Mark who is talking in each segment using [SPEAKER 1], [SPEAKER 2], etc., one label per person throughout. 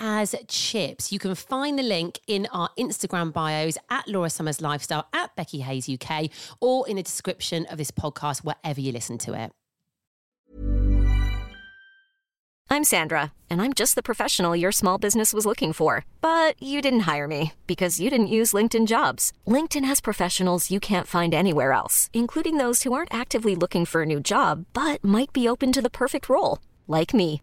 [SPEAKER 1] as chips. You can find the link in our Instagram bios at Laura Summers Lifestyle, at Becky Hayes UK, or in the description of this podcast, wherever you listen to it.
[SPEAKER 2] I'm Sandra, and I'm just the professional your small business was looking for. But you didn't hire me because you didn't use LinkedIn jobs. LinkedIn has professionals you can't find anywhere else, including those who aren't actively looking for a new job but might be open to the perfect role, like me.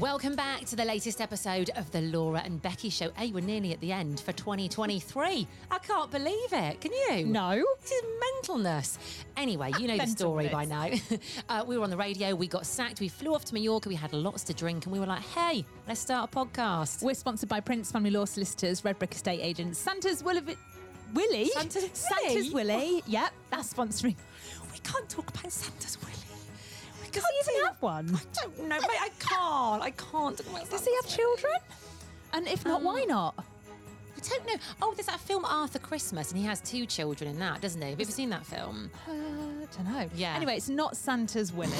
[SPEAKER 1] Welcome back to the latest episode of the Laura and Becky Show. Hey, we're nearly at the end for 2023. I can't believe it. Can you?
[SPEAKER 3] No.
[SPEAKER 1] This is mentalness. Anyway, you know the story by now. uh, we were on the radio, we got sacked, we flew off to Mallorca, we had lots to drink, and we were like, hey, let's start a podcast.
[SPEAKER 3] We're sponsored by Prince Family Law Solicitors, Red Brick Estate Agents, Santa's Will of Willie?
[SPEAKER 1] Santa's Willie?
[SPEAKER 3] Santa's Willie. Yep, that's sponsoring.
[SPEAKER 1] We can't talk about Santa's Willie. We
[SPEAKER 3] Does he even have one?
[SPEAKER 1] I don't know, mate. I can't. I can't. talk about
[SPEAKER 3] Does he have
[SPEAKER 1] Santa's
[SPEAKER 3] children? And if not, why not?
[SPEAKER 1] I don't know. Oh, there's that film Arthur Christmas, and he has two children in that, doesn't he? Have you ever seen that film?
[SPEAKER 3] Uh, don't know.
[SPEAKER 1] Yeah. Oh
[SPEAKER 3] Anyway, it's not Santa's Willie.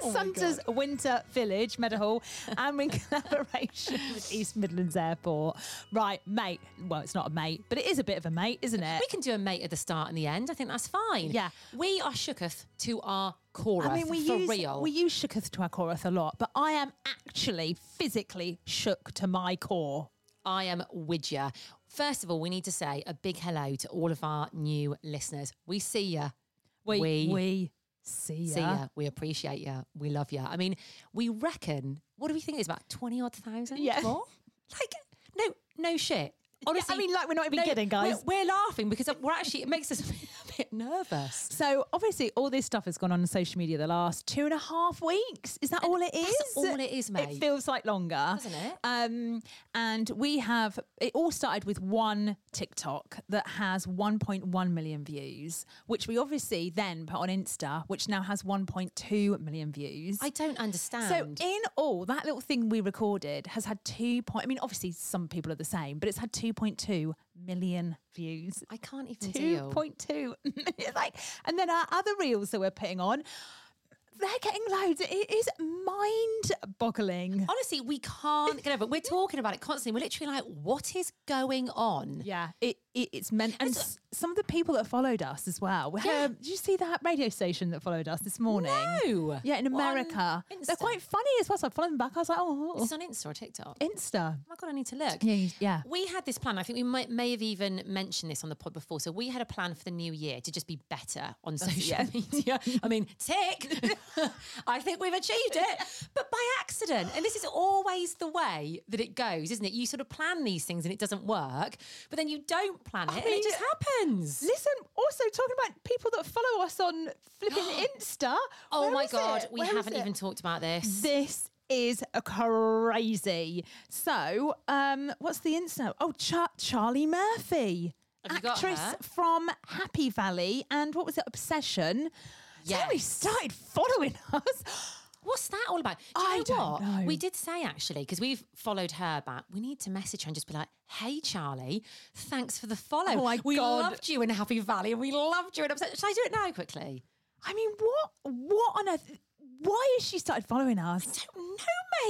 [SPEAKER 3] Santa's Winter Village, Meadowhall, and in collaboration with East Midlands Airport. Right, mate. Well, it's not a mate, but it is a bit of a mate, isn't it?
[SPEAKER 1] We can do a mate at the start and the end. I think that's fine.
[SPEAKER 3] Yeah.
[SPEAKER 1] We are shooketh to our core.
[SPEAKER 3] I mean, we
[SPEAKER 1] for
[SPEAKER 3] use
[SPEAKER 1] real.
[SPEAKER 3] we use shooketh to our core a lot, but I am actually physically shook to my core.
[SPEAKER 1] I am with ya. First of all, we need to say a big hello to all of our new listeners. We see ya.
[SPEAKER 3] We
[SPEAKER 1] We-
[SPEAKER 3] we see ya.
[SPEAKER 1] See ya. We appreciate ya. We love ya. I mean, we reckon. What do we think is about twenty odd thousand?
[SPEAKER 3] Yeah.
[SPEAKER 1] More? Like, no, no shit. Honestly,
[SPEAKER 3] mean, like, we're not even kidding,
[SPEAKER 1] we're-
[SPEAKER 3] guys.
[SPEAKER 1] We're, laughing because we're actually it makes us a bit, a bit nervous.
[SPEAKER 3] So obviously, all this stuff has gone on social media the last two and a half weeks. Is that all it is?
[SPEAKER 1] that's all it is, mate.
[SPEAKER 3] It feels like longer,
[SPEAKER 1] Doesn't it?
[SPEAKER 3] Um, and we have it all started with one TikTok that has 1.1 million views, which we obviously then put on Insta, which now has 1.2 million views.
[SPEAKER 1] I don't
[SPEAKER 3] So
[SPEAKER 1] understand.
[SPEAKER 3] in all, that little thing we recorded has had two point. I mean, obviously some people are the same, but it's had two point two million views.
[SPEAKER 1] I can't even
[SPEAKER 3] Two
[SPEAKER 1] deal.
[SPEAKER 3] point two million, like, and then our other reels that we're putting on, they're getting loads. It is mind-boggling.
[SPEAKER 1] Honestly, we can't get over it. We're talking about it constantly. We're literally like, what is going on?
[SPEAKER 3] Yeah, it, it it's meant. And s- some of the people that followed us as well. We had a- did you see that radio station that followed us this morning?
[SPEAKER 1] No.
[SPEAKER 3] Yeah, in
[SPEAKER 1] What, on
[SPEAKER 3] America, they're
[SPEAKER 1] Insta?
[SPEAKER 3] quite funny as well. So I followed them back. I was like, oh,
[SPEAKER 1] It's on Insta or TikTok.
[SPEAKER 3] Insta.
[SPEAKER 1] Oh my god, I need to look.
[SPEAKER 3] Yeah, you- yeah.
[SPEAKER 1] We had this plan. I think we might, may have even mentioned this on the pod before. So we had a plan for the new year to just be better on social
[SPEAKER 3] yeah.
[SPEAKER 1] media. I mean, tick. I think we've achieved it, but by accident. And this is always the way that it goes, isn't it? You sort of plan these things and it doesn't work, but then you don't plan it and
[SPEAKER 3] mean,
[SPEAKER 1] it just happens.
[SPEAKER 3] Listen, also talking about people that follow us on flipping Insta.
[SPEAKER 1] Oh
[SPEAKER 3] Where
[SPEAKER 1] my
[SPEAKER 3] is
[SPEAKER 1] god,
[SPEAKER 3] it?
[SPEAKER 1] we
[SPEAKER 3] Where is
[SPEAKER 1] haven't
[SPEAKER 3] it?
[SPEAKER 1] even talked about this.
[SPEAKER 3] This is crazy. So, um, what's the insta? Oh, Char- Charlie Murphy,
[SPEAKER 1] Have you got
[SPEAKER 3] actress
[SPEAKER 1] her?
[SPEAKER 3] from Happy Valley, and what was it? Obsession. Yeah, we
[SPEAKER 1] Yes.
[SPEAKER 3] started following us.
[SPEAKER 1] What's that all about? Do you
[SPEAKER 3] I
[SPEAKER 1] know
[SPEAKER 3] don't
[SPEAKER 1] what?
[SPEAKER 3] know.
[SPEAKER 1] We did say actually, because we've followed her back, we need to message her and just be like, hey, Charlie, thanks for the follow.
[SPEAKER 3] Oh my
[SPEAKER 1] we
[SPEAKER 3] God.
[SPEAKER 1] loved you in Happy Valley and we loved you in Upset. Should I do it now quickly?
[SPEAKER 3] I mean, what? What on earth? Why has she started following us?
[SPEAKER 1] No,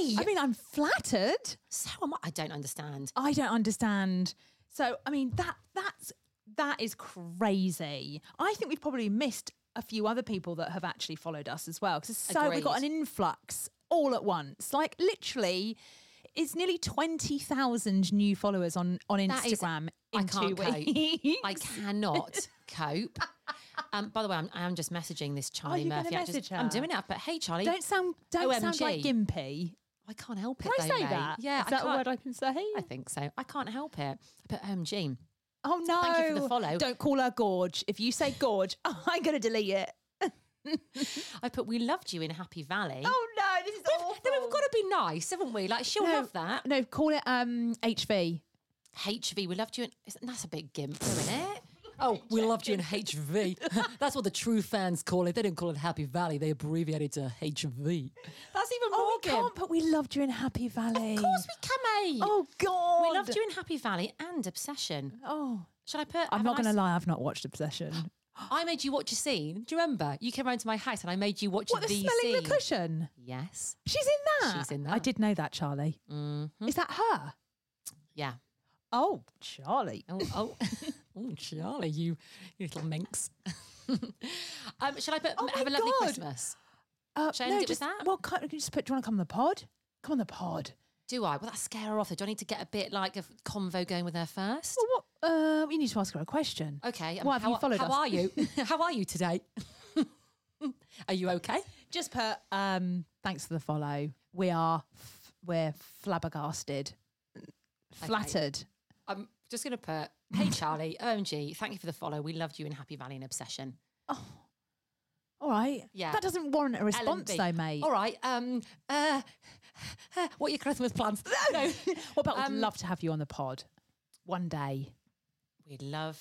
[SPEAKER 1] mate.
[SPEAKER 3] I mean, I'm flattered.
[SPEAKER 1] so am I. I don't understand.
[SPEAKER 3] I don't understand. So I mean that that's that is crazy. I think we've probably missed a few other people that have actually followed us as well because so we got an
[SPEAKER 1] Agreed.
[SPEAKER 3] influx all at once. Like literally, it's nearly twenty thousand new followers on on
[SPEAKER 1] That is-
[SPEAKER 3] Instagram in
[SPEAKER 1] I can't
[SPEAKER 3] two
[SPEAKER 1] cope.
[SPEAKER 3] weeks.
[SPEAKER 1] I cannot cope. Um, by the way, I'm, I am just messaging this Charlie
[SPEAKER 3] Oh, you're gonna
[SPEAKER 1] Murphy. actress.
[SPEAKER 3] message
[SPEAKER 1] I'm
[SPEAKER 3] her?
[SPEAKER 1] doing it, but hey, Charlie,
[SPEAKER 3] don't sound don't sound like
[SPEAKER 1] OMG.
[SPEAKER 3] gimpy.
[SPEAKER 1] I can't help
[SPEAKER 3] Can
[SPEAKER 1] it.
[SPEAKER 3] I
[SPEAKER 1] though,
[SPEAKER 3] say
[SPEAKER 1] mate.
[SPEAKER 3] that?
[SPEAKER 1] Yeah,
[SPEAKER 3] is that a
[SPEAKER 1] can't-
[SPEAKER 3] word I can say?
[SPEAKER 1] I think so. I can't help it. But um, OMG,
[SPEAKER 3] oh no!
[SPEAKER 1] thank you for the follow.
[SPEAKER 3] Don't call her gorge. If you say gorge, I'm going to delete it.
[SPEAKER 1] I put we loved you in Happy Valley.
[SPEAKER 3] Oh no! This is awful.
[SPEAKER 1] Then we've got to be nice, haven't we? Like she'll love that.
[SPEAKER 3] No, call it um HV.
[SPEAKER 1] HV, we loved you in. Isn't, that's a bit gimp, isn't it? Oh, we loved you in HV. That's what the true fans call it. They don't call it Happy Valley. They abbreviate it to HV. That's even more
[SPEAKER 3] Oh, we
[SPEAKER 1] gimp.
[SPEAKER 3] can't, but we loved you in Happy Valley.
[SPEAKER 1] Of course we can, mate.
[SPEAKER 3] Oh God,
[SPEAKER 1] We loved you in Happy Valley and Obsession.
[SPEAKER 3] Oh,
[SPEAKER 1] Shall I put?
[SPEAKER 3] I'm
[SPEAKER 1] have
[SPEAKER 3] not
[SPEAKER 1] a
[SPEAKER 3] going
[SPEAKER 1] nice-
[SPEAKER 3] to lie. I've not watched Obsession.
[SPEAKER 1] I made you watch a scene. Do you remember? You came round to my house and I made you watch
[SPEAKER 3] what the
[SPEAKER 1] the
[SPEAKER 3] smelling
[SPEAKER 1] scene.
[SPEAKER 3] the cushion?
[SPEAKER 1] Yes.
[SPEAKER 3] She's in that.
[SPEAKER 1] She's in that.
[SPEAKER 3] I
[SPEAKER 1] Mm-hmm.
[SPEAKER 3] did know that, Charlie. Is that her?
[SPEAKER 1] Yeah.
[SPEAKER 3] Oh, Charlie.
[SPEAKER 1] Oh, oh, oh, Charlie, you, you little minx. um, shall I put,
[SPEAKER 3] Oh
[SPEAKER 1] have
[SPEAKER 3] my
[SPEAKER 1] a lovely
[SPEAKER 3] God.
[SPEAKER 1] Christmas?
[SPEAKER 3] Uh,
[SPEAKER 1] Shall I
[SPEAKER 3] no,
[SPEAKER 1] end it with
[SPEAKER 3] just,
[SPEAKER 1] that?
[SPEAKER 3] Well, can't, can you just put? Do you want to come on the pod? Come on the pod.
[SPEAKER 1] Do I? Will that scare her off? Do I need to get a bit like a convo going with her first?
[SPEAKER 3] Well, what? Uh, we need to ask her a question.
[SPEAKER 1] Okay. um,
[SPEAKER 3] Why have
[SPEAKER 1] how,
[SPEAKER 3] you followed
[SPEAKER 1] How
[SPEAKER 3] us?
[SPEAKER 1] are you? how are you today? are you okay?
[SPEAKER 3] Just put. Um, thanks for the follow. We are. F- we're flabbergasted, flattered.
[SPEAKER 1] I'm just going to put, hey, Charlie, OMG, thank you for the follow. We loved you in Happy Valley and Obsession.
[SPEAKER 3] All right.
[SPEAKER 1] Yeah.
[SPEAKER 3] That doesn't warrant a response,
[SPEAKER 1] LNB.
[SPEAKER 3] though, mate.
[SPEAKER 1] All right. Um, uh, what are your Christmas plans? no.
[SPEAKER 3] What about
[SPEAKER 1] Um,
[SPEAKER 3] we'd love to have you on the pod one day?
[SPEAKER 1] We'd love.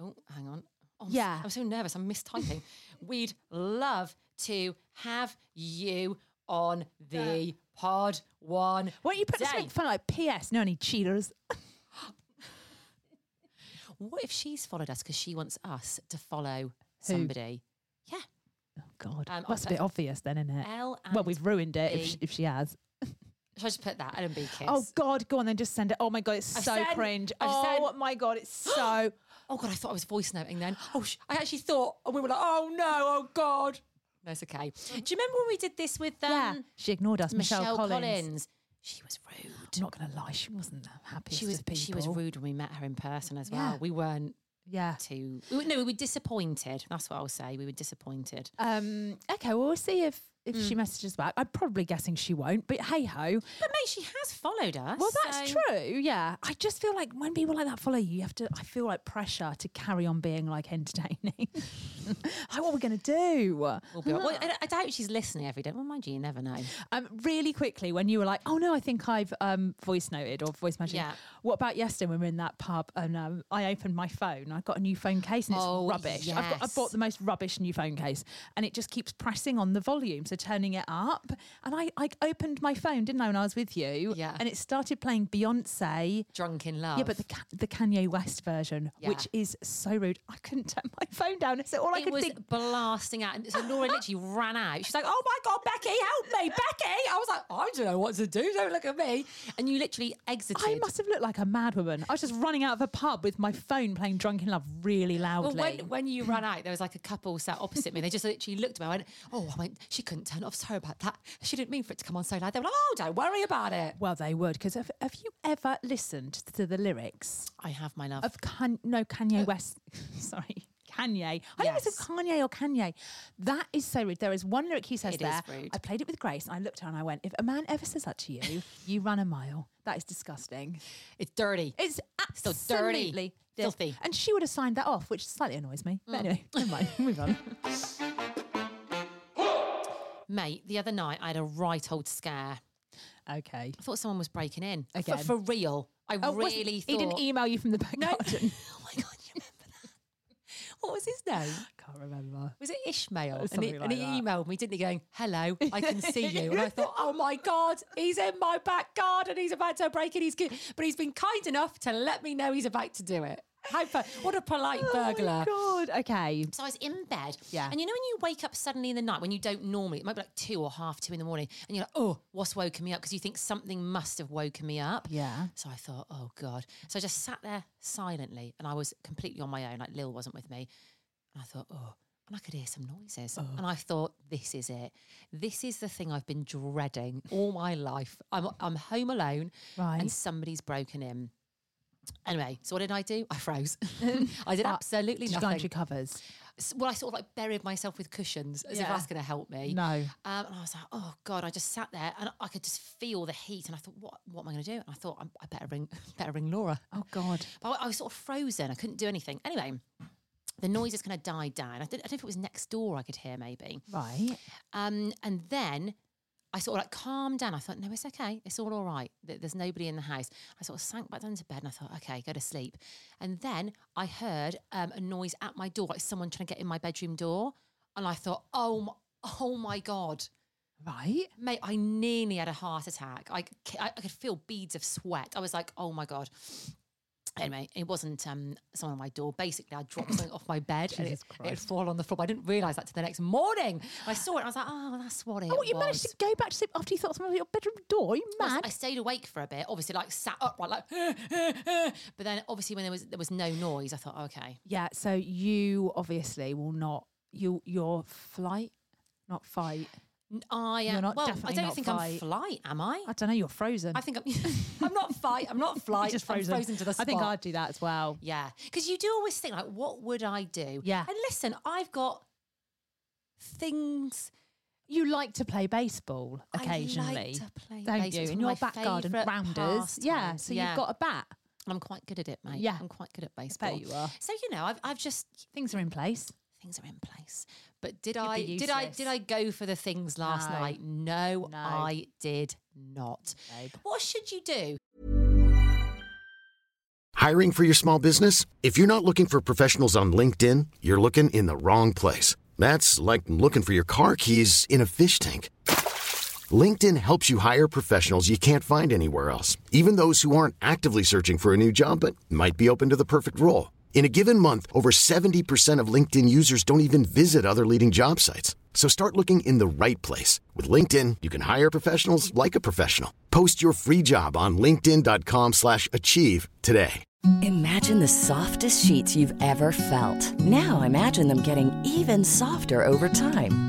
[SPEAKER 1] Oh, hang on. Oh, I'm s-
[SPEAKER 3] Yeah.
[SPEAKER 1] I'm so nervous. I'm mistyping. We'd love to have you on the pod one.
[SPEAKER 3] Won't you put
[SPEAKER 1] day.
[SPEAKER 3] something fun like P.S. No, any cheaters.
[SPEAKER 1] What if she's followed us because she wants us to follow somebody? Yeah.
[SPEAKER 3] Oh God,
[SPEAKER 1] Um,
[SPEAKER 3] that's a
[SPEAKER 1] I'll-
[SPEAKER 3] bit obvious, then, isn't it?
[SPEAKER 1] L
[SPEAKER 3] well,
[SPEAKER 1] and
[SPEAKER 3] we've ruined it if
[SPEAKER 1] B.
[SPEAKER 3] she, if she has.
[SPEAKER 1] Should I just put that? and B kiss.
[SPEAKER 3] Oh God, go on then, just send it. Oh my God, it's
[SPEAKER 1] I've
[SPEAKER 3] so
[SPEAKER 1] sent-
[SPEAKER 3] cringe.
[SPEAKER 1] I've
[SPEAKER 3] oh
[SPEAKER 1] sent-
[SPEAKER 3] my God, it's so.
[SPEAKER 1] Oh god, I thought I was voice noting then. Oh, sh- I actually thought, and we were like, oh no, oh god. No, it's okay. Do you remember when we did this with um,
[SPEAKER 3] yeah, she ignored us,
[SPEAKER 1] Michelle,
[SPEAKER 3] Michelle,
[SPEAKER 1] Collins. She was rude.
[SPEAKER 3] I'm not gonna lie, she wasn't that happy.
[SPEAKER 1] She was
[SPEAKER 3] people.
[SPEAKER 1] she was rude when we met her in person as well.
[SPEAKER 3] Yeah.
[SPEAKER 1] We weren't
[SPEAKER 3] Yeah.
[SPEAKER 1] too. we were- no, we were disappointed. That's what I'll say. We were disappointed.
[SPEAKER 3] Um. Okay. Well, we'll see if if she messages back. I'm probably guessing she won't, but hey ho.
[SPEAKER 1] But mate, she has followed us.
[SPEAKER 3] Well, that's
[SPEAKER 1] so-
[SPEAKER 3] true. Yeah, I just feel like when people like that follow you, you have to. I feel like pressure to carry on being like entertaining. like, what are we going to do?
[SPEAKER 1] We'll be all- well, I, I doubt she's listening every day. Well, mind you, you never know.
[SPEAKER 3] Um, really quickly, when you were like, "Oh no, I think I've um, voice noted or voice messaged."
[SPEAKER 1] Yeah.
[SPEAKER 3] What about yesterday when we were in that pub and um, I opened my phone? I got a new phone case and it's
[SPEAKER 1] Oh,
[SPEAKER 3] rubbish. I've got, I
[SPEAKER 1] yes.
[SPEAKER 3] bought the most rubbish new phone case and it just keeps pressing on the volume, so turning it up. And I, I opened my phone, didn't I, when I was with you?
[SPEAKER 1] Yeah.
[SPEAKER 3] And it started playing Beyonce.
[SPEAKER 1] Drunk in love.
[SPEAKER 3] Yeah, but the Ka- the Kanye West version, which is so rude. I couldn't turn my phone down. So all I
[SPEAKER 1] it
[SPEAKER 3] could
[SPEAKER 1] was
[SPEAKER 3] think.
[SPEAKER 1] blasting out. And so Laura literally ran out. She's like, oh my God, Becky, help me, Becky. I was like, I don't know what to do. Don't look at me. And you literally exited.
[SPEAKER 3] I must have looked like a mad woman. I was just running out of a pub with my phone playing Drunken Love really
[SPEAKER 1] Well,
[SPEAKER 3] loudly.
[SPEAKER 1] when, when you ran out, there was like a couple sat opposite me. They just literally looked at me. I went, "Oh, I went. She couldn't turn it off. Sorry about that. She didn't mean for it to come on so loud." They were like, "Oh, don't worry about it."
[SPEAKER 3] Well, they would because have, have you ever listened to the lyrics
[SPEAKER 1] I have my love.
[SPEAKER 3] of Kan- no Kanye West? sorry, Kanye. I always
[SPEAKER 1] Yes.
[SPEAKER 3] have Kanye or Kanye. That is so rude. There is one lyric he says
[SPEAKER 1] It is
[SPEAKER 3] there.
[SPEAKER 1] rude.
[SPEAKER 3] I played it with Grace. And I looked at her and I went, "If a man ever says that to you, you run a mile. That is disgusting."
[SPEAKER 1] It's dirty.
[SPEAKER 3] It's
[SPEAKER 1] Still dirty.
[SPEAKER 3] absolutely dis-
[SPEAKER 1] Filthy.
[SPEAKER 3] And she would have signed that off, Mm. which slightly annoys me. But anyway, never mind. Move on.
[SPEAKER 1] Mate, the other night I had a right old scare.
[SPEAKER 3] Okay.
[SPEAKER 1] I thought someone was breaking in. For-
[SPEAKER 3] Again.
[SPEAKER 1] For, real. I
[SPEAKER 3] wasn't-
[SPEAKER 1] really
[SPEAKER 3] Oh, He
[SPEAKER 1] thought.
[SPEAKER 3] didn't email you from the back
[SPEAKER 1] No. oh my God,
[SPEAKER 3] garden.
[SPEAKER 1] you remember that? What was his name?
[SPEAKER 3] Can't remember.
[SPEAKER 1] Was it Ishmael? And he,
[SPEAKER 3] something
[SPEAKER 1] and
[SPEAKER 3] like
[SPEAKER 1] he
[SPEAKER 3] that.
[SPEAKER 1] emailed me, didn't he, going, hello, I can see you. And I thought, oh my God, he's in my back garden. He's about to break it. He's good. But he's been kind enough to let me know he's about to do it. How, po- what a polite burglar.
[SPEAKER 3] Oh my God. Okay.
[SPEAKER 1] So I was in bed.
[SPEAKER 3] Yeah.
[SPEAKER 1] And you know when you wake up suddenly in the night when you don't normally, it might be like two or half two in the morning, and you're like, oh, what's woken me up? Because you think something must have woken me up.
[SPEAKER 3] Yeah.
[SPEAKER 1] So I thought, oh God. So I just sat there silently and I was completely on my own. Like Lil wasn't with me. And I thought, oh. And I could hear some noises.
[SPEAKER 3] Oh.
[SPEAKER 1] And I thought, this is it. This is the thing I've been dreading all my life. I'm, I'm home alone
[SPEAKER 3] Right.
[SPEAKER 1] and somebody's broken in. Anyway, so what did I do? I froze. I did absolutely
[SPEAKER 3] Did you go
[SPEAKER 1] nothing
[SPEAKER 3] into your covers?
[SPEAKER 1] s- well, I sort of like buried myself with cushions as if
[SPEAKER 3] Yeah.
[SPEAKER 1] that's going to help me.
[SPEAKER 3] No.
[SPEAKER 1] Um, and I was like, oh God, I just sat there and I could just feel the heat. And I thought, what, what am I going to do? And I thought, I'm- I better ring, better ring Laura.
[SPEAKER 3] Oh God.
[SPEAKER 1] But I was sort of frozen. I couldn't do anything. Anyway, the noises kind of died down. I don't, I don't know if it was next door I could hear maybe.
[SPEAKER 3] Right.
[SPEAKER 1] Um, and then I sort of like calmed down. I thought, no, it's okay. It's all all right. Th- There's nobody in the house. I sort of sank back down to bed and I thought, okay, go to sleep. And then I heard um, a noise at my door, like someone trying to get in my bedroom door. And I thought, oh, my, oh my God.
[SPEAKER 3] Right.
[SPEAKER 1] Mate, I nearly had a heart attack. I, c- I- I could feel beads of sweat. I was like, oh my God. Anyway, it wasn't um, someone on my door. Basically, I dropped something off my bed and it,
[SPEAKER 3] Jesus
[SPEAKER 1] it
[SPEAKER 3] Christ.
[SPEAKER 1] fall on the floor. But I didn't realise that till the next morning. I saw it and I was like, oh, that's what it
[SPEAKER 3] Oh, you managed
[SPEAKER 1] was."
[SPEAKER 3] to go back to sleep after you thought someone was at your bedroom door? Are you
[SPEAKER 1] Well,
[SPEAKER 3] mad?
[SPEAKER 1] I stayed awake for a bit, obviously, like sat upright, like. but then, obviously, when there was there was no noise, I thought, okay,
[SPEAKER 3] yeah. So you obviously will not. You your flight, not fight.
[SPEAKER 1] N- I
[SPEAKER 3] You're
[SPEAKER 1] am.
[SPEAKER 3] not-
[SPEAKER 1] well, I
[SPEAKER 3] definitely
[SPEAKER 1] don't
[SPEAKER 3] not
[SPEAKER 1] think I'm
[SPEAKER 3] flight.
[SPEAKER 1] flight, am I?
[SPEAKER 3] I don't know. You're frozen.
[SPEAKER 1] I think I'm. I'm not flight. I'm not flight.
[SPEAKER 3] just
[SPEAKER 1] I'm frozen to the spot.
[SPEAKER 3] I think I'd do that as well.
[SPEAKER 1] Yeah, because you do always think like, what would I do?
[SPEAKER 3] Yeah.
[SPEAKER 1] and listen, I've got things
[SPEAKER 3] You like to play baseball
[SPEAKER 1] I like
[SPEAKER 3] occasionally.
[SPEAKER 1] to play
[SPEAKER 3] don't
[SPEAKER 1] baseball.
[SPEAKER 3] you?
[SPEAKER 1] It's
[SPEAKER 3] In
[SPEAKER 1] one of
[SPEAKER 3] your
[SPEAKER 1] my
[SPEAKER 3] back garden,
[SPEAKER 1] favourite
[SPEAKER 3] rounders. Yeah.
[SPEAKER 1] pastimes.
[SPEAKER 3] So
[SPEAKER 1] Yeah.
[SPEAKER 3] you've got a bat.
[SPEAKER 1] I'm quite good at it, mate.
[SPEAKER 3] Yeah.
[SPEAKER 1] I'm quite good at baseball.
[SPEAKER 3] you are.
[SPEAKER 1] So you know, I've I've just
[SPEAKER 3] Things are in place.
[SPEAKER 1] things are in place. But did
[SPEAKER 3] You'd be
[SPEAKER 1] I did I did
[SPEAKER 3] useless.
[SPEAKER 1] I go for the things last
[SPEAKER 3] No.
[SPEAKER 1] night? No,
[SPEAKER 3] No.
[SPEAKER 1] I did not.
[SPEAKER 3] Babe.
[SPEAKER 1] What should you do?
[SPEAKER 4] Hiring for your small business? If you're not looking for professionals on LinkedIn, you're looking in the wrong place. That's like looking for your car keys in a fish tank. LinkedIn helps you hire professionals you can't find anywhere else, even those who aren't actively searching for a new job but might be open to the perfect role. In a given month, over 70% of LinkedIn users don't even visit other leading job sites. So start looking in the right place. With LinkedIn, you can hire professionals like a professional. Post your free job on linkedin.com/achieve slash achieve today.
[SPEAKER 5] Imagine the softest sheets you've ever felt. Now imagine them getting even softer over time.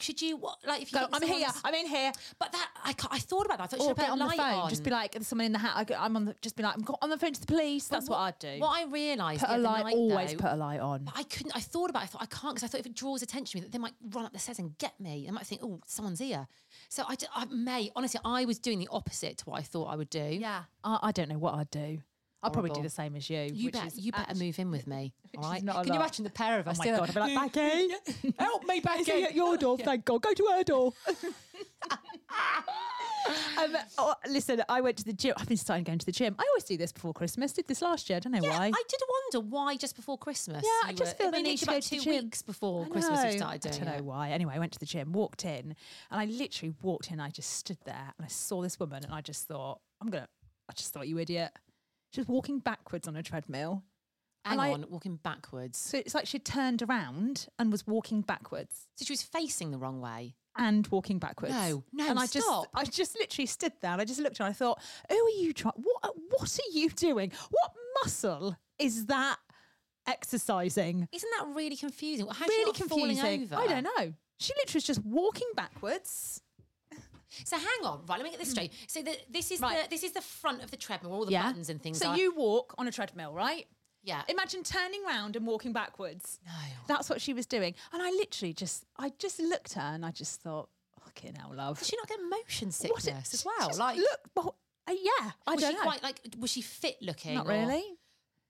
[SPEAKER 1] Should you what like if you
[SPEAKER 3] Go,
[SPEAKER 1] think
[SPEAKER 3] I'm here.
[SPEAKER 1] someone's-
[SPEAKER 3] I'm in here.
[SPEAKER 1] but that I ca- I thought about that. I thought
[SPEAKER 3] Or
[SPEAKER 1] should I
[SPEAKER 3] get
[SPEAKER 1] put
[SPEAKER 3] on
[SPEAKER 1] a
[SPEAKER 3] the
[SPEAKER 1] light
[SPEAKER 3] phone.
[SPEAKER 1] on.
[SPEAKER 3] Just be like, there's someone in the hat. I go, I'm on the. Just be like, I'm go- on the phone to the police. That's what, I'd do.
[SPEAKER 1] What I realised
[SPEAKER 3] put
[SPEAKER 1] the
[SPEAKER 3] a
[SPEAKER 1] other
[SPEAKER 3] light.
[SPEAKER 1] night,
[SPEAKER 3] always
[SPEAKER 1] though-
[SPEAKER 3] put a light on.
[SPEAKER 1] But I couldn't. I thought about. it. I thought I can't because I thought if it draws attention to me, that they might run up the stairs and get me. They might think, oh, someone's here. So I, d- I may honestly, I was doing the opposite to what I thought I would do.
[SPEAKER 3] Yeah. I, I don't know what I'd do. I'll probably do
[SPEAKER 1] Horrible.
[SPEAKER 3] the same as you.
[SPEAKER 1] You
[SPEAKER 3] which
[SPEAKER 1] better,
[SPEAKER 3] is
[SPEAKER 1] you better
[SPEAKER 3] actually-
[SPEAKER 1] move in with me. All
[SPEAKER 3] is
[SPEAKER 1] right.
[SPEAKER 3] not a
[SPEAKER 1] Can you
[SPEAKER 3] lot.
[SPEAKER 1] imagine the pair of
[SPEAKER 3] Oh
[SPEAKER 1] us?
[SPEAKER 3] my
[SPEAKER 1] doing
[SPEAKER 3] god! I'd
[SPEAKER 1] that?
[SPEAKER 3] be like, Becky, help me, Becky! at your door, thank God. Go to her door. um, oh, listen, I went to the gym. I've been starting going to the gym. I always do this before Christmas. Did this last year. I don't know
[SPEAKER 1] Yeah,
[SPEAKER 3] why.
[SPEAKER 1] I did wonder why just before Christmas.
[SPEAKER 3] Yeah, I
[SPEAKER 1] you
[SPEAKER 3] just
[SPEAKER 1] were-
[SPEAKER 3] feel
[SPEAKER 1] I
[SPEAKER 3] the
[SPEAKER 1] mean,
[SPEAKER 3] need
[SPEAKER 1] it's
[SPEAKER 3] to go
[SPEAKER 1] about
[SPEAKER 3] to
[SPEAKER 1] two
[SPEAKER 3] the gym.
[SPEAKER 1] weeks before
[SPEAKER 3] I
[SPEAKER 1] Christmas you
[SPEAKER 3] know.
[SPEAKER 1] started doing
[SPEAKER 3] I don't
[SPEAKER 1] it.
[SPEAKER 3] know why. Anyway, I went to the gym, walked in, and I literally walked in. I just stood there and I saw this woman, and I just thought, I'm gonna. I just thought you idiot. She was walking backwards on a treadmill.
[SPEAKER 1] Hang
[SPEAKER 3] And I-
[SPEAKER 1] on, walking backwards.
[SPEAKER 3] So it's like she turned around and was walking backwards
[SPEAKER 1] So she was facing the wrong way.
[SPEAKER 3] and walking backwards.
[SPEAKER 1] No, no,
[SPEAKER 3] and I
[SPEAKER 1] stop.
[SPEAKER 3] just, I just literally stood there and I just looked and I thought, who are you trying? What, what are you doing? What muscle is that exercising?
[SPEAKER 1] Isn't that really confusing? How's she
[SPEAKER 3] really
[SPEAKER 1] not falling
[SPEAKER 3] confusing.
[SPEAKER 1] over?
[SPEAKER 3] I don't know. She literally was just walking backwards
[SPEAKER 1] So hang on, right? Let me get this straight. So the, this is
[SPEAKER 3] Mm. Right.
[SPEAKER 1] the this is the front of the treadmill, where all the
[SPEAKER 3] Yeah.
[SPEAKER 1] buttons and things.
[SPEAKER 3] So
[SPEAKER 1] are.
[SPEAKER 3] you walk on a treadmill, right?
[SPEAKER 1] yeah.
[SPEAKER 3] Imagine turning round and walking backwards. No. That's what she was doing. And I literally just, I just looked at her and I just thought, fucking hell, love.
[SPEAKER 1] Does she not get motion
[SPEAKER 3] What
[SPEAKER 1] sickness
[SPEAKER 3] a-
[SPEAKER 1] as well?
[SPEAKER 3] just
[SPEAKER 1] Like,
[SPEAKER 3] look, well, uh, yeah, I
[SPEAKER 1] was
[SPEAKER 3] don't
[SPEAKER 1] she
[SPEAKER 3] know.
[SPEAKER 1] quite like? Was she fit looking?
[SPEAKER 3] Not
[SPEAKER 1] or-
[SPEAKER 3] really.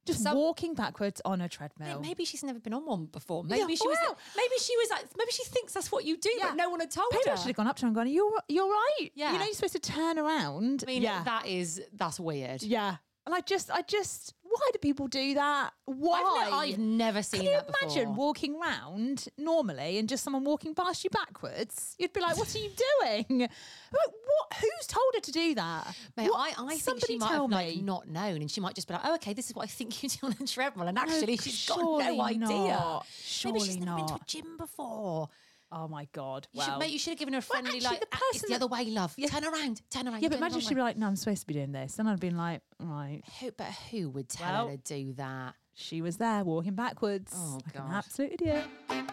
[SPEAKER 3] Just
[SPEAKER 1] Some-
[SPEAKER 3] walking backwards on a
[SPEAKER 1] May-
[SPEAKER 3] treadmill.
[SPEAKER 1] Maybe she's never been on one before. Maybe she was.
[SPEAKER 3] well-
[SPEAKER 1] Maybe she was like. Maybe she thinks that's what you do, but no one had told
[SPEAKER 3] Maybe
[SPEAKER 1] her.
[SPEAKER 3] I should have gone up to her and gone, "You're you're right.
[SPEAKER 1] Yeah.
[SPEAKER 3] you know you're supposed to turn around."
[SPEAKER 1] I mean,
[SPEAKER 3] yeah,
[SPEAKER 1] that is that's weird.
[SPEAKER 3] yeah. And I just, I just, why do people do that? Why?
[SPEAKER 1] I've, ne- I've never seen
[SPEAKER 3] Can you
[SPEAKER 1] that
[SPEAKER 3] imagine
[SPEAKER 1] before.
[SPEAKER 3] walking round normally and just someone walking past you backwards? You'd be like, "What are you doing? Like, what? Who's told her to do that?"
[SPEAKER 1] Mate,
[SPEAKER 3] What?
[SPEAKER 1] I, I think
[SPEAKER 3] Somebody
[SPEAKER 1] she might
[SPEAKER 3] tell
[SPEAKER 1] have like,
[SPEAKER 3] me.
[SPEAKER 1] not known, and she might just be like, "Oh, okay, this is what I think you do on a treadmill," and actually, she's got
[SPEAKER 3] surely
[SPEAKER 1] no idea.
[SPEAKER 3] not.
[SPEAKER 1] Maybe she's
[SPEAKER 3] Surely
[SPEAKER 1] never been to a
[SPEAKER 3] not.
[SPEAKER 1] gym before.
[SPEAKER 3] Oh my god!
[SPEAKER 1] You should,
[SPEAKER 3] well.
[SPEAKER 1] mate, you should have given her a
[SPEAKER 3] Well,
[SPEAKER 1] friendly
[SPEAKER 3] actually,
[SPEAKER 1] like.
[SPEAKER 3] the
[SPEAKER 1] "Ah, it's
[SPEAKER 3] person
[SPEAKER 1] the
[SPEAKER 3] that-
[SPEAKER 1] other way, love.
[SPEAKER 3] Yeah.
[SPEAKER 1] Turn around, turn around.
[SPEAKER 3] yeah,
[SPEAKER 1] you're going
[SPEAKER 3] but
[SPEAKER 1] the
[SPEAKER 3] imagine
[SPEAKER 1] wrong
[SPEAKER 3] she'd be
[SPEAKER 1] way."
[SPEAKER 3] like, "No, I'm supposed to be doing this," and I'd have been like, "Right."
[SPEAKER 1] Who, but who would tell
[SPEAKER 3] Well-
[SPEAKER 1] her to do that?
[SPEAKER 3] She was there walking backwards.
[SPEAKER 1] Oh,
[SPEAKER 3] like an
[SPEAKER 1] God.
[SPEAKER 3] absolute idiot.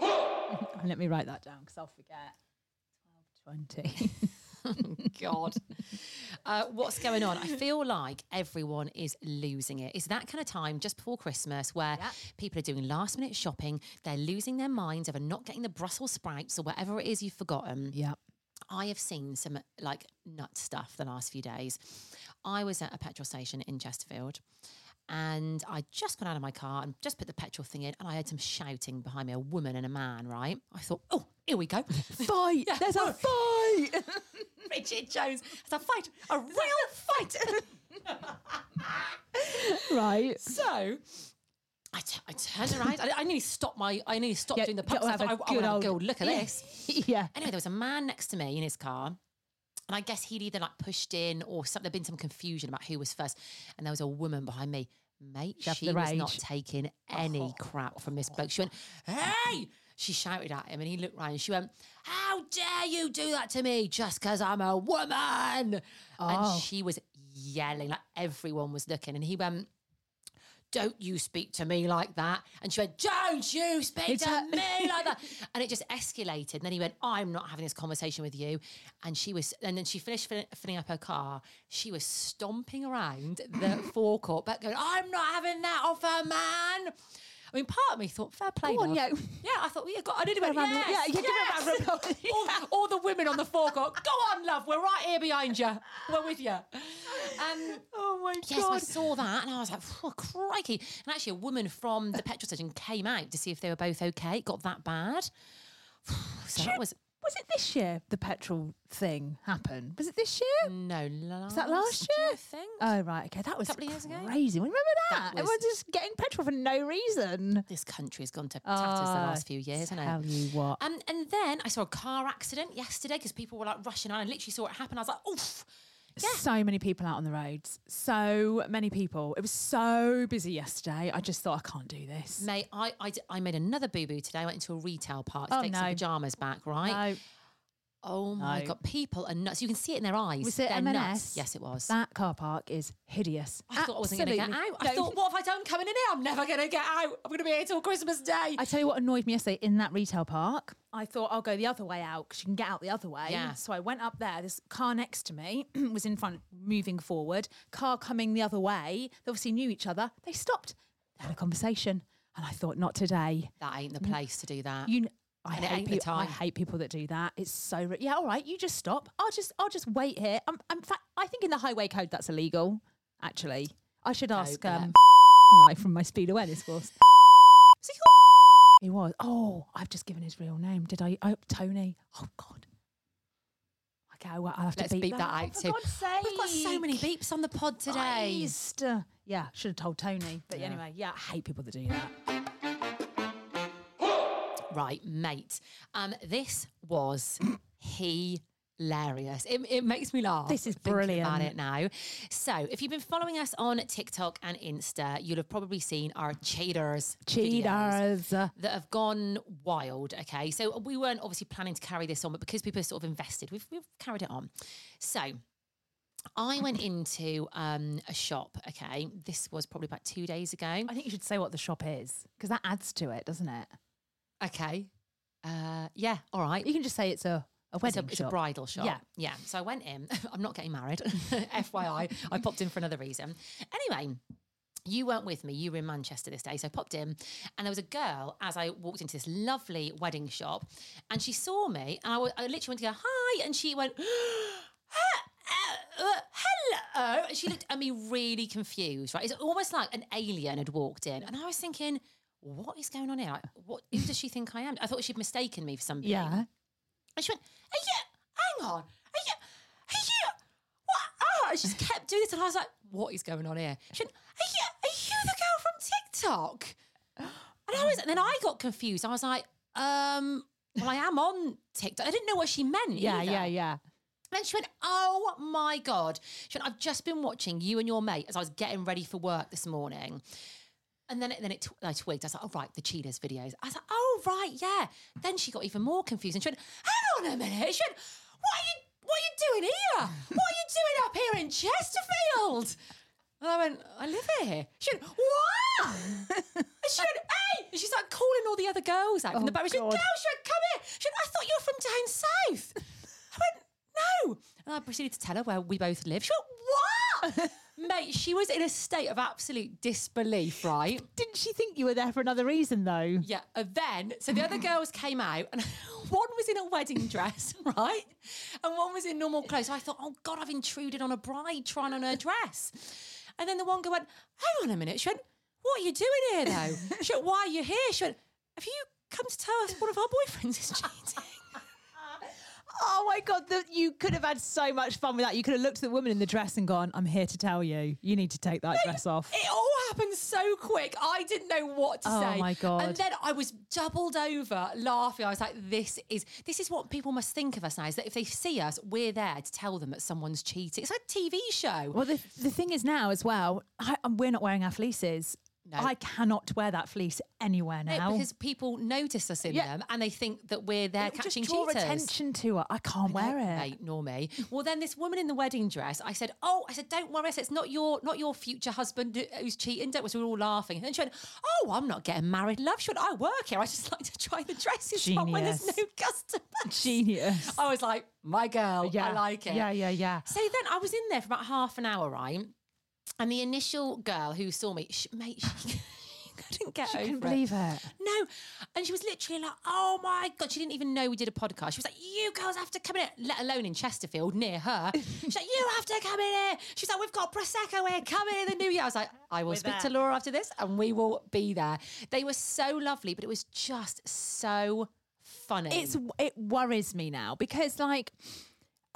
[SPEAKER 3] and let me write that down because I'll forget. 1220.
[SPEAKER 1] Oh, God. Uh, what's going on? I feel like everyone is losing it. It's that kind of time just before Christmas where people are doing last minute shopping. They're losing their minds over not getting the Brussels sprouts or whatever it is you've forgotten.
[SPEAKER 3] yeah.
[SPEAKER 1] I have seen some like nut stuff the last few days. I was at a petrol station in Chesterfield and I just got out of my car and just put the petrol thing in and I heard some shouting behind me, a woman and a man, right? I thought, oh, here we go.
[SPEAKER 3] Fight!
[SPEAKER 1] Yeah.
[SPEAKER 3] There's a fight!
[SPEAKER 1] Richard Jones. It's a fight, a real fight.
[SPEAKER 3] right.
[SPEAKER 1] so I tu- I turned around. I, I nearly stopped my. I nearly stopped
[SPEAKER 3] Yeah,
[SPEAKER 1] doing the
[SPEAKER 3] go
[SPEAKER 1] pub. 'cause I
[SPEAKER 3] have
[SPEAKER 1] thought,
[SPEAKER 3] a
[SPEAKER 1] I, I
[SPEAKER 3] good
[SPEAKER 1] wanna have a
[SPEAKER 3] old-
[SPEAKER 1] good look at
[SPEAKER 3] Yeah.
[SPEAKER 1] this.
[SPEAKER 3] yeah.
[SPEAKER 1] Anyway, there was a man next to me in his car. And I guess he'd either like pushed in or something. There'd been some confusion about who was first. And there was a woman behind me. Mate,
[SPEAKER 3] She had
[SPEAKER 1] she
[SPEAKER 3] the
[SPEAKER 1] was not
[SPEAKER 3] rage. Oh.
[SPEAKER 1] taking any crap from this bloke. She went, Hey! She shouted at him and he looked round and she went, How dare you do that to me just because I'm a woman?
[SPEAKER 3] Oh.
[SPEAKER 1] And she was yelling, like everyone was looking. And he went, don't you speak to me like that. And she went, Don't you speak
[SPEAKER 3] It's
[SPEAKER 1] to
[SPEAKER 3] her-
[SPEAKER 1] me like that. And it just escalated. And then he went, I'm not having this conversation with you. And she was, and then she finished fin- filling up her car. She was stomping around the forecourt, but going, I'm not having that off her, man. I mean, part of me thought, fair play.
[SPEAKER 3] Go on,
[SPEAKER 1] love.
[SPEAKER 3] yeah.
[SPEAKER 1] yeah, I thought, well, yeah, God, I didn't even
[SPEAKER 3] round of-
[SPEAKER 1] yes,
[SPEAKER 3] yeah, yeah, give her a
[SPEAKER 1] yes.
[SPEAKER 3] round of applause.
[SPEAKER 1] all, all the women on the forecourt, go on, love, we're right here behind you. We're with you. Um,
[SPEAKER 3] Oh my
[SPEAKER 1] Yes, I saw that, and I was like, "Phew, "Crikey!" And actually, a woman from the petrol station came out to see if they were both okay. It got that bad. So that was
[SPEAKER 3] Was it this year the petrol thing happened? Was it this year?
[SPEAKER 1] no last.
[SPEAKER 3] Was that last year?
[SPEAKER 1] I Mm, think.
[SPEAKER 3] Oh, right. Okay. That was
[SPEAKER 1] Couple of years ago?
[SPEAKER 3] crazy. Remember
[SPEAKER 1] That
[SPEAKER 3] that?
[SPEAKER 1] was-
[SPEAKER 3] Everyone's just getting petrol for no reason.
[SPEAKER 1] this country has gone to tatters the
[SPEAKER 3] Ah,
[SPEAKER 1] last few years. hasn't it?
[SPEAKER 3] tell you what.
[SPEAKER 1] Um, and then I saw a car accident yesterday because people were like rushing on. I literally saw it happen. I was like, "Oof!"
[SPEAKER 3] so many people out on the roads. So many people. It was so busy yesterday. I just thought I can't do this.
[SPEAKER 1] Mate, I, I, d- I made another boo boo today. I went into a retail park to
[SPEAKER 3] Oh,
[SPEAKER 1] take
[SPEAKER 3] no.
[SPEAKER 1] some pajamas back. Right?
[SPEAKER 3] No,
[SPEAKER 1] Oh my
[SPEAKER 3] No.
[SPEAKER 1] god, people are nuts. You can see it in their eyes.
[SPEAKER 3] was it
[SPEAKER 1] They're
[SPEAKER 3] M&S?
[SPEAKER 1] nuts. Yes, it was.
[SPEAKER 3] That car park is hideous.
[SPEAKER 1] I thought I wasn't going to get out.
[SPEAKER 3] Absolutely.
[SPEAKER 1] I
[SPEAKER 3] No.
[SPEAKER 1] thought, what have I done coming in here? I'm never going to get out. I'm going to be here till Christmas Day.
[SPEAKER 3] I tell you what annoyed me yesterday in that retail park. I thought I'll go the other way out because you can get out the other way.
[SPEAKER 1] Yeah.
[SPEAKER 3] So I went up there. This car next to me was in front, moving forward. Car coming the other way. They obviously knew each other. They stopped, they had a conversation, and I thought, not today.
[SPEAKER 1] that ain't the place to do that.
[SPEAKER 3] You, kn- I
[SPEAKER 1] And it
[SPEAKER 3] hate
[SPEAKER 1] ain't the
[SPEAKER 3] people. I
[SPEAKER 1] time.
[SPEAKER 3] hate people that do that. It's so ri- yeah. All right, you just stop. I'll just I'll just wait here. I'm, I'm fa- I think in the highway code that's illegal. Actually, I should ask
[SPEAKER 1] bet.
[SPEAKER 3] um, I from my speed awareness course. He was. Oh, I've just given his real name. Did I? Oh, Tony. Oh God. Okay, well, I'll have
[SPEAKER 1] Let's
[SPEAKER 3] to beep,
[SPEAKER 1] beep that
[SPEAKER 3] Oh,
[SPEAKER 1] out
[SPEAKER 3] for
[SPEAKER 1] too.
[SPEAKER 3] God's sake.
[SPEAKER 1] We've got so many beeps on the pod today.
[SPEAKER 3] Christ. Uh, Yeah, should have told Tony. But anyway, yeah, I hate people that do that.
[SPEAKER 1] Right, mate. Um, this was hilarious. It, it makes me laugh.
[SPEAKER 3] This is
[SPEAKER 1] thinking About
[SPEAKER 3] brilliant.
[SPEAKER 1] it now. So, if you've been following us on TikTok and Insta, you'll have probably seen our cheaters. videos.
[SPEAKER 3] Cheaters.
[SPEAKER 1] that have gone wild. Okay, so we weren't obviously planning to carry this on, but because people are sort of invested, we've, we've carried it on. So I went into um, a shop. Okay, this was probably about two days ago.
[SPEAKER 3] I think you should say what the shop is because that adds to it, doesn't it?
[SPEAKER 1] Okay, uh, yeah, all right.
[SPEAKER 3] You can just say it's a A
[SPEAKER 1] It's a,
[SPEAKER 3] wedding
[SPEAKER 1] it's
[SPEAKER 3] shop.
[SPEAKER 1] a bridal shop.
[SPEAKER 3] Yeah.
[SPEAKER 1] Yeah. So I went in. I'm not getting married. FYI, I popped in for another reason. Anyway, you weren't with me. You were in Manchester this day. So I popped in, and there was a girl as I walked into this lovely wedding shop, and she saw me, and I wa- I literally went to go, hi. And she went, uh, hello. And she looked at me really confused, right? It's almost like an alien had walked in. And I was thinking, what is going on here? Like, what, who does she think I am? I thought she'd mistaken me for somebody.
[SPEAKER 3] Yeah.
[SPEAKER 1] And she went, hey, yeah, hang on. Hey, yeah, hey, yeah. What? Oh, and she just kept doing this. And I was like, what is going on here? She went, hey, yeah, are you the girl from TikTok? And I was, and then I got confused. I was like, um, well, I am on TikTok. I didn't know what she meant.
[SPEAKER 3] Yeah,
[SPEAKER 1] either.
[SPEAKER 3] yeah, yeah.
[SPEAKER 1] And she went, Oh my God. She went, I've just been watching you and your mate as I was getting ready for work this morning. And then, it, then it tw- I twigged. I was like, oh, right, the cheetahs videos. I was like, oh, right, yeah. Then she got even more confused and she went, hang on a minute. She went, what are you, what are you doing here? What are you doing up here in Chesterfield? And I went, I live here. She went, what? and she went, hey. And she's like calling all the other girls out from the back. She went,
[SPEAKER 3] God.
[SPEAKER 1] girls, Oh, she went, come here. She went, I thought you were from down south. I went, no. And I proceeded to tell her where we both live. She went, what? Mate, she was in a state of absolute disbelief, right?
[SPEAKER 3] Didn't she think you were there for another reason though?
[SPEAKER 1] Yeah. And then, so the other girls came out, and one was in a wedding dress, right? And one was in normal clothes. So I thought, oh God, I've intruded on a bride trying on her dress. And then the one girl went, hang on a minute. She went, what are you doing here though? She went, why are you here? She went, have you come to tell us one of our boyfriends is cheating?
[SPEAKER 3] Oh my god, that you could have had so much fun with that. You could have looked at the woman in the dress and gone, "I'm here to tell you, you need to take that dress off."
[SPEAKER 1] It all happened so quick. I didn't know what to
[SPEAKER 3] Oh
[SPEAKER 1] say.
[SPEAKER 3] my God.
[SPEAKER 1] And then I was doubled over laughing. I was like, "This is this is what people must think of us now. Is that if they see us, we're there to tell them that someone's cheating. It's like a TV show.
[SPEAKER 3] Well, the, the thing is now as well, I, um, we're not wearing our fleeces. I cannot wear that fleece anywhere
[SPEAKER 1] No,
[SPEAKER 3] now.
[SPEAKER 1] because people notice us in
[SPEAKER 3] Yeah.
[SPEAKER 1] them and they think that we're there
[SPEAKER 3] It would
[SPEAKER 1] catching
[SPEAKER 3] just draw
[SPEAKER 1] cheaters.
[SPEAKER 3] attention to it. I can't wear it.
[SPEAKER 1] Mate, nor me. Well, then this woman in the wedding dress, I said, "Oh, I said, don't worry. I said, it's not your not your future husband who's cheating." Don't. worry." So we were all laughing, and she went, "Oh, I'm not getting married, love. She went, I work here. I just like to try the dresses on when there's
[SPEAKER 3] Genius.
[SPEAKER 1] no customers."
[SPEAKER 3] Genius.
[SPEAKER 1] I was like, "My girl,
[SPEAKER 3] Yeah.
[SPEAKER 1] I like it."
[SPEAKER 3] Yeah, yeah, yeah.
[SPEAKER 1] So then I was in there for about half an hour, right? And the initial girl who saw me, she, mate, she couldn't get
[SPEAKER 3] She
[SPEAKER 1] over
[SPEAKER 3] couldn't
[SPEAKER 1] it.
[SPEAKER 3] believe it.
[SPEAKER 1] No. And she was literally like, oh my God. She didn't even know we did a podcast. She was like, you girls have to come in, here," let alone in Chesterfield near her. She's like, you have to come in here. She's like, we've got Prosecco here. Come in in the new year. I was like, I will speak to Laura after this and we will be there. They were so lovely, but it was just so funny.
[SPEAKER 3] It's it worries me now because like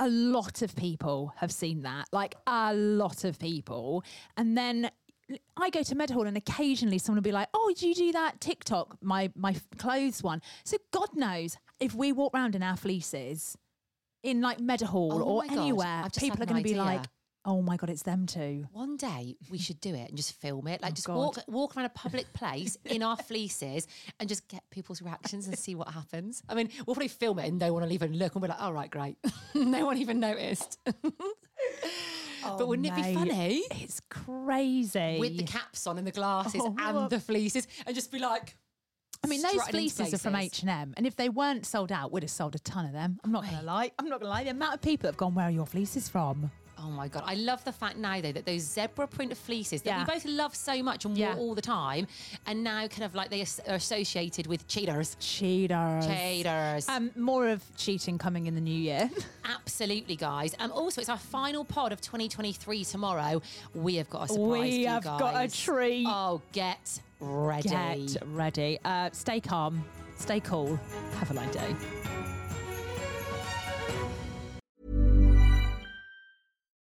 [SPEAKER 3] a lot of people have seen that, like a lot of people, and then. I go to Medhall and occasionally someone will be like, "Oh, did you do that TikTok? My my f- clothes one." So God knows if we walk round in our fleeces in like Medhall
[SPEAKER 1] Oh
[SPEAKER 3] or
[SPEAKER 1] my God,
[SPEAKER 3] anywhere,
[SPEAKER 1] I've just
[SPEAKER 3] people
[SPEAKER 1] had an
[SPEAKER 3] are going to be
[SPEAKER 1] idea.
[SPEAKER 3] like, "Oh my God, it's them too."
[SPEAKER 1] One day we should do it and just film it. Like just
[SPEAKER 3] Oh, God.
[SPEAKER 1] walk walk around a public place in our fleeces and just get people's reactions and see what happens. I mean, we'll probably film it and no one will even look and we're like, all right, great. no one even noticed. but wouldn't it be
[SPEAKER 3] Oh, mate.
[SPEAKER 1] funny?
[SPEAKER 3] It's crazy.
[SPEAKER 1] With the caps on and the glasses
[SPEAKER 3] Oh,
[SPEAKER 1] and
[SPEAKER 3] what-
[SPEAKER 1] the fleeces and just be like
[SPEAKER 3] I mean, those
[SPEAKER 1] strutting into
[SPEAKER 3] fleeces are from
[SPEAKER 1] places.
[SPEAKER 3] H and M, and if they weren't sold out, we'd have sold a ton of them. I'm not gonna lie. I'm not gonna lie. The amount of people that have gone, "Where are your fleeces from?"
[SPEAKER 1] Oh my god! I love the fact now though that those zebra print fleeces that
[SPEAKER 3] Yeah.
[SPEAKER 1] we both love so much and
[SPEAKER 3] Yeah.
[SPEAKER 1] wore all the time, and now kind of like they as- are associated with cheaters.
[SPEAKER 3] Cheaters.
[SPEAKER 1] Cheaters.
[SPEAKER 3] Um, more of cheating coming in the new year.
[SPEAKER 1] Absolutely, guys. And also, it's our final pod of 2023 tomorrow. We have got a surprise.
[SPEAKER 3] We
[SPEAKER 1] for you
[SPEAKER 3] have got a
[SPEAKER 1] guys.
[SPEAKER 3] treat.
[SPEAKER 1] Oh, get ready.
[SPEAKER 3] Get ready. Uh, stay calm. Stay cool. Have a light day.